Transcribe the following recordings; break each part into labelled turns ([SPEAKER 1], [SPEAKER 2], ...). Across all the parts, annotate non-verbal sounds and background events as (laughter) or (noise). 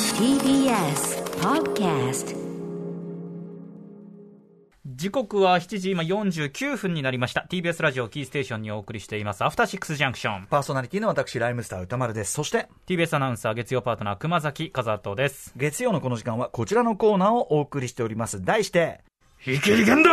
[SPEAKER 1] TBS Podcast
[SPEAKER 2] 時刻は7時今49分になりました TBS ラジオキーステーションにお送りしていますアフターシックスジャンクション
[SPEAKER 3] パーソナリティの私、ライムスター歌丸です。そして、
[SPEAKER 2] TBS アナウンサー月曜パートナー熊崎和人です
[SPEAKER 3] 月曜のこの時間はこちらのコーナーをお送りしております。題して、
[SPEAKER 4] いけいけんだ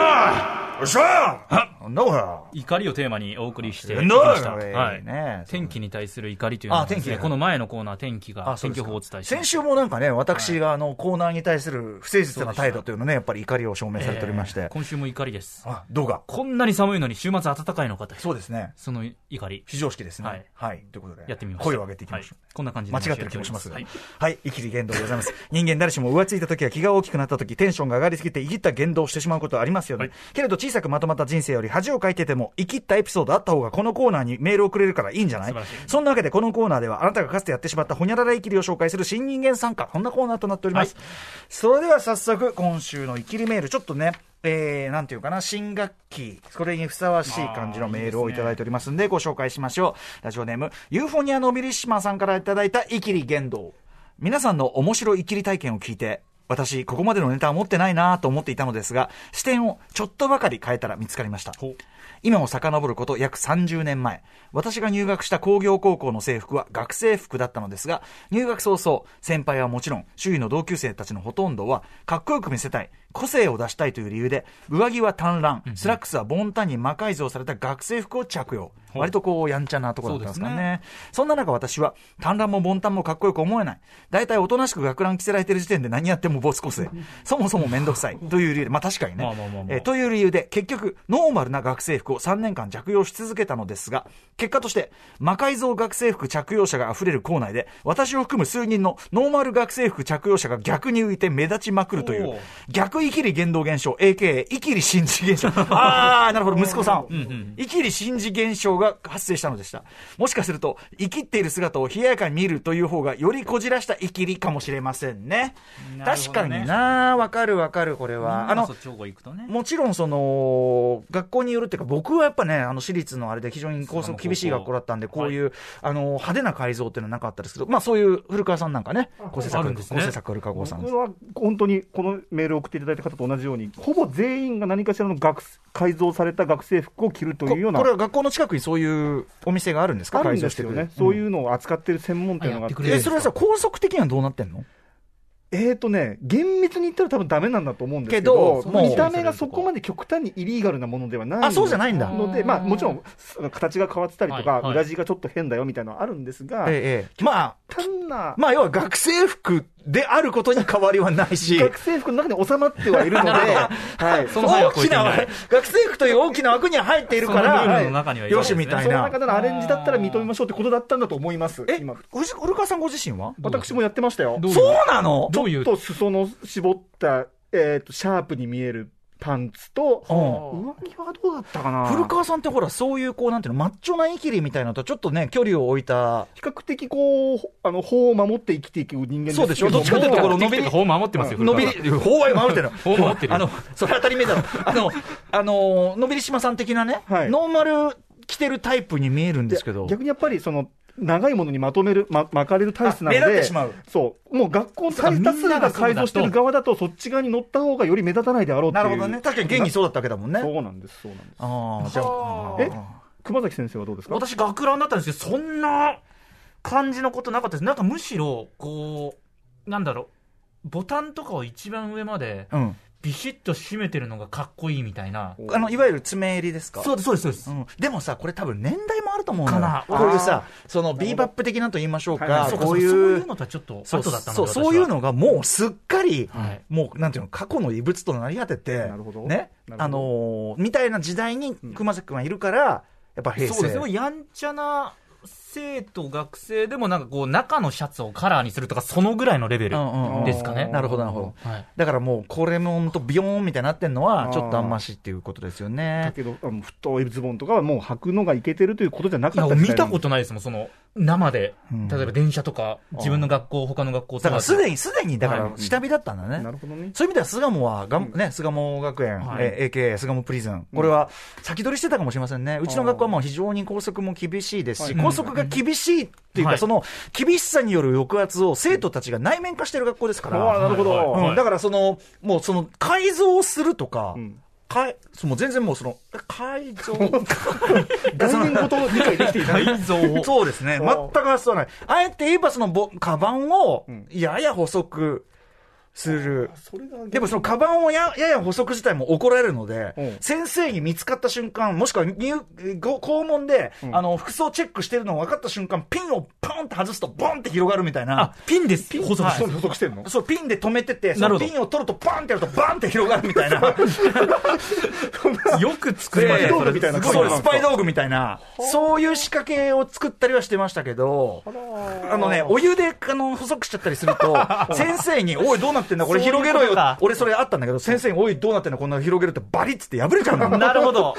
[SPEAKER 4] よっしゃ
[SPEAKER 3] なんだこれ
[SPEAKER 2] 怒りをテーマにお送りしてき
[SPEAKER 3] な
[SPEAKER 2] ま
[SPEAKER 3] ん
[SPEAKER 2] し
[SPEAKER 3] だ
[SPEAKER 2] た、
[SPEAKER 3] これ
[SPEAKER 2] はい
[SPEAKER 3] ね
[SPEAKER 2] 天気に対する怒りというのは
[SPEAKER 3] あ
[SPEAKER 2] です、
[SPEAKER 3] 天
[SPEAKER 2] ね、
[SPEAKER 3] 気
[SPEAKER 2] この前のコーナー天気が
[SPEAKER 3] あそう
[SPEAKER 2] 天
[SPEAKER 3] で
[SPEAKER 2] 気
[SPEAKER 3] す
[SPEAKER 2] 予
[SPEAKER 3] か
[SPEAKER 2] 報をお伝えして
[SPEAKER 3] 先週もなんかね、私があのコーナーに対する不誠実な態度というのね、やっぱり怒りを証明されておりまし
[SPEAKER 2] えー
[SPEAKER 3] て、
[SPEAKER 2] 今週も怒りです
[SPEAKER 3] あどうが、
[SPEAKER 2] こんなに寒いのに週末暖かいのかと
[SPEAKER 3] そうですね、
[SPEAKER 2] その怒り
[SPEAKER 3] 非常識ですね。
[SPEAKER 2] は
[SPEAKER 3] はいい、ということで、
[SPEAKER 2] やってみました
[SPEAKER 3] 声を上げていきまし
[SPEAKER 2] は
[SPEAKER 3] ょう。
[SPEAKER 2] いこんな感じで
[SPEAKER 3] 間違ってる気もしますが。
[SPEAKER 2] は
[SPEAKER 3] はいい。生きる言動でございます。 (laughs) 人間誰しも浮ついた時や気が大きくなった時、テンションが上がりすぎて、いぎった言動をしてしまうことはありますよね。
[SPEAKER 2] はい
[SPEAKER 3] けれど小さくまとまった人生より恥をかいてても、生きったエピソードあった方がこのコーナーにメールをくれるからいいんじゃない
[SPEAKER 2] 素晴らしい
[SPEAKER 3] そんなわけでこのコーナーでは、あなたがかつてやってしまったほにゃらら生きりを紹介する新人間参加。こんなコーナーとなっております。
[SPEAKER 2] は
[SPEAKER 3] それでは早速、今週の生きりメール、ちょっとね、えー、なんていうかな、新学期、それにふさわしい感じのメールをいただいておりますんで、ご紹介しましょう。ラジオネーム、ユーフォニアのビリシマさんからいただいたイキリ言動。皆さんの面白いイキリ体験を聞いて、私、ここまでのネタは持ってないなぁと思っていたのですが、視点をちょっとばかり変えたら見つかりました。今を遡ること約30年前、私が入学した工業高校の制服は学生服だったのですが、入学早々、先輩はもちろん、周囲の同級生たちのほとんどは、かっこよく見せたい、個性を出したいという理由で、上着は短乱、スラックスはボンタンに魔改造された学生服を着用。
[SPEAKER 2] う
[SPEAKER 3] 割とこう、やんちゃなところだったんですから
[SPEAKER 2] そうですね
[SPEAKER 3] ね。そんな中私は、短乱もボンタンもかっこよく思えない。大体おとなしく学ラン着せられてる時点で何やってもボスコスで。そもそもめんどくさい。という理由で、まあ確かにね。
[SPEAKER 2] まあまあまあまあ
[SPEAKER 3] えーという理由で、結局、ノーマルな学生服を3年間着用し続けたのですが、結果として、魔改造学生服着用者が溢れる校内で、私を含む数人のノーマル学生服着用者が逆に浮いて目立ちまくるとい
[SPEAKER 2] おー
[SPEAKER 3] う、逆イキリ言動現象、AKA イキリ信
[SPEAKER 2] (laughs)
[SPEAKER 3] じ現象。あー、なるほど、息子さん。イキリ信じ現象が発生したのでした。もしかすると、生きっている姿を冷ややかに見るという方が、よりこじらしたイキリかもしれませんね。
[SPEAKER 2] なるほ
[SPEAKER 3] 確
[SPEAKER 2] ど
[SPEAKER 3] か
[SPEAKER 2] ね
[SPEAKER 3] にな、わかるわかる、これは。
[SPEAKER 2] あ
[SPEAKER 3] あ
[SPEAKER 2] の
[SPEAKER 3] の
[SPEAKER 2] そ、っちの方が行くとね
[SPEAKER 3] もちろんその学校によるっていうか、僕はやっぱね、あの私立のあれで非常に高速厳しい学校だったんで、こういう、あの派手な改造っていうのはなかったですけど、まあそういう古川さんなんかね、構成
[SPEAKER 2] あるん
[SPEAKER 3] 作家、
[SPEAKER 2] ですね
[SPEAKER 3] 構成作家古川さん
[SPEAKER 4] 僕は本当にこのメールを送っていただいた方と同じように、ほぼ全員が何かしらの学改造された学生服を着ると
[SPEAKER 3] こ
[SPEAKER 4] いうような
[SPEAKER 3] これ、は学校の近くにそういうお店があるんですか、
[SPEAKER 4] ある
[SPEAKER 3] 改
[SPEAKER 4] ん
[SPEAKER 3] 造
[SPEAKER 4] で
[SPEAKER 3] し
[SPEAKER 4] す
[SPEAKER 3] てく
[SPEAKER 4] よ
[SPEAKER 3] れ
[SPEAKER 4] ね
[SPEAKER 3] る、。
[SPEAKER 4] そういうのを扱ってる専門店のがあっ
[SPEAKER 2] あ
[SPEAKER 4] て
[SPEAKER 2] やっ
[SPEAKER 3] え
[SPEAKER 2] てく
[SPEAKER 3] それはさ、高速的にはどうなってんの
[SPEAKER 4] えーとね、厳密に言ったら多分ダメなんだと思うんですけ
[SPEAKER 3] け
[SPEAKER 4] ど、
[SPEAKER 3] どもう
[SPEAKER 4] 見た目がそこまで極端にイリーガルなものではない
[SPEAKER 3] あそうじゃないんだ
[SPEAKER 4] ので、まあ、もちろんその形が変わってたりと
[SPEAKER 2] は
[SPEAKER 4] か
[SPEAKER 2] い、はい
[SPEAKER 4] 裏地がちょっと変だよみたいなのはあるんですが、
[SPEAKER 3] ええええまあ、
[SPEAKER 4] 単な
[SPEAKER 3] まあ、要は学生服であることに変わりはないし。
[SPEAKER 4] (laughs) 学生服の中に収まってはいる
[SPEAKER 3] (laughs)
[SPEAKER 4] ので、はい、
[SPEAKER 2] その範囲は
[SPEAKER 3] 大
[SPEAKER 2] 超え
[SPEAKER 3] き
[SPEAKER 2] てい
[SPEAKER 3] な
[SPEAKER 2] ない
[SPEAKER 3] 学生服という大きな枠には入っているから、
[SPEAKER 2] そのルールの中にはいる
[SPEAKER 3] よしみたい
[SPEAKER 4] その
[SPEAKER 3] な
[SPEAKER 4] 中。でのアレンジだったら認めましょうってことだったんだと思います。
[SPEAKER 3] え
[SPEAKER 4] 今、、
[SPEAKER 3] 藤古川さんご自身は
[SPEAKER 2] どう
[SPEAKER 4] 私もやってましたよ。
[SPEAKER 2] どう
[SPEAKER 3] そうなの
[SPEAKER 2] どうい
[SPEAKER 4] ちょ
[SPEAKER 2] う
[SPEAKER 4] っと裾の絞った、えっ、と、シャープに見えるパンツと、
[SPEAKER 3] う
[SPEAKER 4] 上着はどうだったかな
[SPEAKER 3] 古川さんってほら、そういうこう、なんていうの、マッチョなイキリみたいなのとちょっとね、距離を置いた。
[SPEAKER 4] 比較的こう、あの、法を守って生きていく人間ですけ
[SPEAKER 3] そうでしょ
[SPEAKER 4] ど
[SPEAKER 3] ど
[SPEAKER 4] も
[SPEAKER 3] っちかというところ
[SPEAKER 2] のびり法守ってますよ
[SPEAKER 3] のび
[SPEAKER 2] 古川さん
[SPEAKER 3] り、法は守ってる。
[SPEAKER 2] (laughs) 法守ってる
[SPEAKER 3] あの、それ当たり
[SPEAKER 2] (laughs)
[SPEAKER 3] 前だろ。あの、あの、のびり島さん的なね、
[SPEAKER 4] はい
[SPEAKER 3] ノーマル着てるタイプに見えるんですけど。
[SPEAKER 4] 逆にやっぱりその、長いものにまとめる、ま、巻かれる体質なの
[SPEAKER 3] あ目立っ
[SPEAKER 4] で、
[SPEAKER 3] てしまう
[SPEAKER 4] そう。もう学校の大多数が改造してる側だと、そっち側に乗った方がより目立たないであろうってい
[SPEAKER 3] な
[SPEAKER 4] う。
[SPEAKER 3] るほどね。確かに現にそうだったわけだもんね。
[SPEAKER 4] そうなんです、そうなんです。
[SPEAKER 3] ああ、じゃあ。
[SPEAKER 4] え熊崎先生はどうですか
[SPEAKER 2] 私学ランだったんですけどそんな感じのことなかったですなんかむしろこうなんだろうボタンとかを一番上まで
[SPEAKER 3] うん。
[SPEAKER 2] ビシッと締めてるのがかっこいいみたいな
[SPEAKER 3] あの、いわゆる爪襟ですか
[SPEAKER 2] そうですそうですそうです、
[SPEAKER 3] うん、でもさ、これ多分年代もあると思うの
[SPEAKER 2] か
[SPEAKER 3] よ
[SPEAKER 2] な
[SPEAKER 3] こういうさ、そのビーバップ的なと言いましょう
[SPEAKER 4] はいは
[SPEAKER 3] か
[SPEAKER 4] い、
[SPEAKER 2] そうか
[SPEAKER 3] こ
[SPEAKER 2] そう
[SPEAKER 3] う
[SPEAKER 2] い
[SPEAKER 3] いう
[SPEAKER 2] そういう
[SPEAKER 3] う
[SPEAKER 2] のとはちょっと
[SPEAKER 3] そう
[SPEAKER 2] 後だったので
[SPEAKER 3] そうそういうのがもうすっかり、
[SPEAKER 2] はい
[SPEAKER 3] もうなんていうの過去の異物となり果てて
[SPEAKER 4] なるほど
[SPEAKER 3] ね
[SPEAKER 4] なるほど
[SPEAKER 3] あのーみたいな時代に熊崎君はいるから、やっぱ平成
[SPEAKER 2] そうですねやんちゃな生徒学生でもなんかこう中のシャツをカラーにするとかそのぐらいのレベル
[SPEAKER 3] うんうんうん
[SPEAKER 2] ですかね、
[SPEAKER 3] なるほどなるほど
[SPEAKER 2] はい
[SPEAKER 3] だからもうこれもんとビヨーンみたいになってんのは
[SPEAKER 4] あー
[SPEAKER 3] ちょっとあんましっていうことですよ
[SPEAKER 4] だ
[SPEAKER 3] ね
[SPEAKER 4] けど、あの太いズボンとかはもう履くのがいけてるということじゃないか
[SPEAKER 2] や
[SPEAKER 4] った。
[SPEAKER 2] 見たこととないですもん、その生で、
[SPEAKER 3] うん
[SPEAKER 2] 例えば電車とか、自分の学校、他の学校
[SPEAKER 3] だからすで
[SPEAKER 2] に、
[SPEAKER 3] にすでにだから下火だったんだね、
[SPEAKER 4] なるほどね。
[SPEAKER 3] そういう意味では巣鴨はがん、ね、巣鴨学園、
[SPEAKER 2] はい
[SPEAKER 3] えー AKA 巣鴨プリズン、これは先取りしてたかもしれませんね、うちの学校はもう非常に校則も厳しいですし、
[SPEAKER 4] はい
[SPEAKER 3] 校則が厳しいっていうか、
[SPEAKER 2] はい
[SPEAKER 3] その厳しさによる抑圧を生徒たちが内面化してる学校ですから、
[SPEAKER 4] ああ、なるほど。
[SPEAKER 2] はい
[SPEAKER 3] うん、だからその、もうその改造をするとか、
[SPEAKER 4] ん
[SPEAKER 3] かいその全然もうその、改造、 (laughs)
[SPEAKER 4] 概念ごと理解できていない。
[SPEAKER 2] 改造を。
[SPEAKER 3] そうですね、全く発想ない、あえて言えば、そのぼ、カバンをやや細くする。
[SPEAKER 4] それが
[SPEAKER 3] でもそのカバンをややや補足自体も怒られるので、
[SPEAKER 4] うん
[SPEAKER 3] 先生に見つかった瞬間、もしくは入ご校門で、あの服装チェックしてるのを分かった瞬間、ピンをポンって外すと、ボンって広がるみたいな
[SPEAKER 2] あ、、ピンです。細く
[SPEAKER 3] は
[SPEAKER 2] し
[SPEAKER 3] い
[SPEAKER 2] て
[SPEAKER 4] そう、補足してんの
[SPEAKER 3] そうピンで止めてて、そ
[SPEAKER 2] なる
[SPEAKER 3] の
[SPEAKER 2] ほど
[SPEAKER 3] ピンを取ると、バンってやると、バンって広がるみ
[SPEAKER 2] (laughs)
[SPEAKER 3] たいな、
[SPEAKER 2] よく作りましたね
[SPEAKER 4] スパイ道
[SPEAKER 2] そ
[SPEAKER 4] 具
[SPEAKER 2] れ
[SPEAKER 4] みたいな
[SPEAKER 2] すご
[SPEAKER 3] そう
[SPEAKER 2] いな
[SPEAKER 3] スパイ道具みたいな、そういう仕掛けを作ったりはしてましたけど。あのね、お湯で、あの、細くしちゃったりする
[SPEAKER 2] (laughs)
[SPEAKER 3] と、先生に、おい、どうなってんだ、これ
[SPEAKER 2] そういう
[SPEAKER 3] 広げろ
[SPEAKER 2] こと
[SPEAKER 3] よ
[SPEAKER 2] か。
[SPEAKER 3] 俺、それあったんだけど、先生に、おい、どうなってんだ、こんなの広げると、バリッつって破れちゃうの。
[SPEAKER 2] (laughs) なるほど。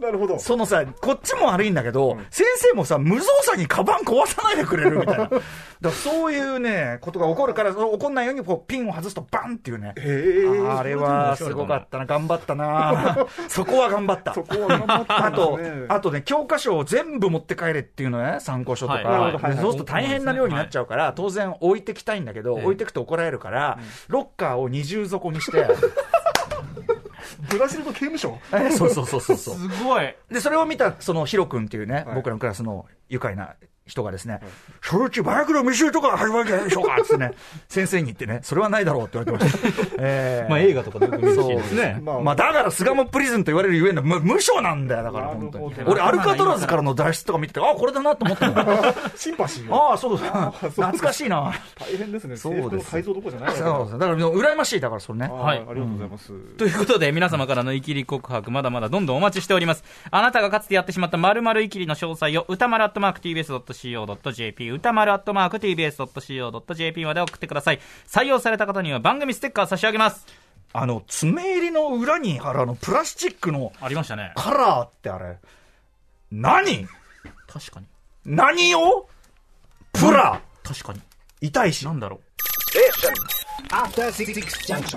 [SPEAKER 4] なるほど。
[SPEAKER 3] そのさ、こっちも悪いんだけど、先生もさ、無造作にカバン壊さないでくれるみ
[SPEAKER 2] (laughs)
[SPEAKER 3] たいな。だからそういうね、ことが起こるから、その起こんないように、こう、ピンを外すと、バンっていうね。
[SPEAKER 4] へえ。
[SPEAKER 3] あれはすごかったな、頑張っ
[SPEAKER 2] (laughs)
[SPEAKER 3] たな、そこは頑張った。
[SPEAKER 4] そこは頑張った
[SPEAKER 3] あ
[SPEAKER 4] んです
[SPEAKER 3] と
[SPEAKER 4] ね。、
[SPEAKER 3] あとね、教科書を全部持って帰れっていうのね、参考書とか、
[SPEAKER 2] はいはい
[SPEAKER 4] はい
[SPEAKER 3] でそうすると大変な量になっちゃうから、当然置いてきたいんだけど、
[SPEAKER 2] ええ
[SPEAKER 3] 置いてくと怒られるから、ロッカーを二重底にして、
[SPEAKER 4] ブラジルの刑務所
[SPEAKER 3] え (laughs) そうそうそうそうそう。
[SPEAKER 2] すごい。
[SPEAKER 3] (laughs) で、それを見た、そのヒロ君っていうね、
[SPEAKER 4] はい
[SPEAKER 3] 僕らのクラスの愉快な人がですね、そのうちバイクの未就とか始まるんじゃないでしょうかってね、 (laughs) 先生に言ってね、それはないだろうって言われてました。 (laughs) ええ
[SPEAKER 2] まあ映画とかでよく見るシーンですね。
[SPEAKER 4] まあ
[SPEAKER 3] まあ、だから、巣鴨プリズンと言われるゆえんの、む無償なんだよ、だから、
[SPEAKER 4] なる
[SPEAKER 3] 本
[SPEAKER 4] ほど
[SPEAKER 3] 当に。俺、アルカトラズからの脱出とか見てて、あ、これだなと思ったの。
[SPEAKER 4] シンパシーが
[SPEAKER 3] ああ、そうだ。懐かしいな。
[SPEAKER 4] 大変ですね。
[SPEAKER 3] そう
[SPEAKER 4] 制服
[SPEAKER 3] で
[SPEAKER 4] の
[SPEAKER 3] す
[SPEAKER 4] 改造どころじゃないわけだ
[SPEAKER 3] そうそうだから、羨ましい、だから、それね。
[SPEAKER 4] は。
[SPEAKER 2] はいい
[SPEAKER 4] ありがとうございます。
[SPEAKER 2] ということで、皆様からのイキリ告白、まだまだどんどんお待ちしております。あなたがかつてやってしまった〇〇イキリの詳細を、歌丸アットマーク tbs.co.jp、歌丸アットマーク tbs.co.jp まで送ってください。採用された方には番組ステッカー差し上げます。
[SPEAKER 3] あの、爪入りの裏にある、あの、プラスチックの
[SPEAKER 2] ありましたね。
[SPEAKER 3] カラーってあれ、何
[SPEAKER 2] 確かに。
[SPEAKER 3] 何をプラ
[SPEAKER 2] 確かに。
[SPEAKER 3] 痛いし。
[SPEAKER 2] なんだろう。
[SPEAKER 5] After Six Junction.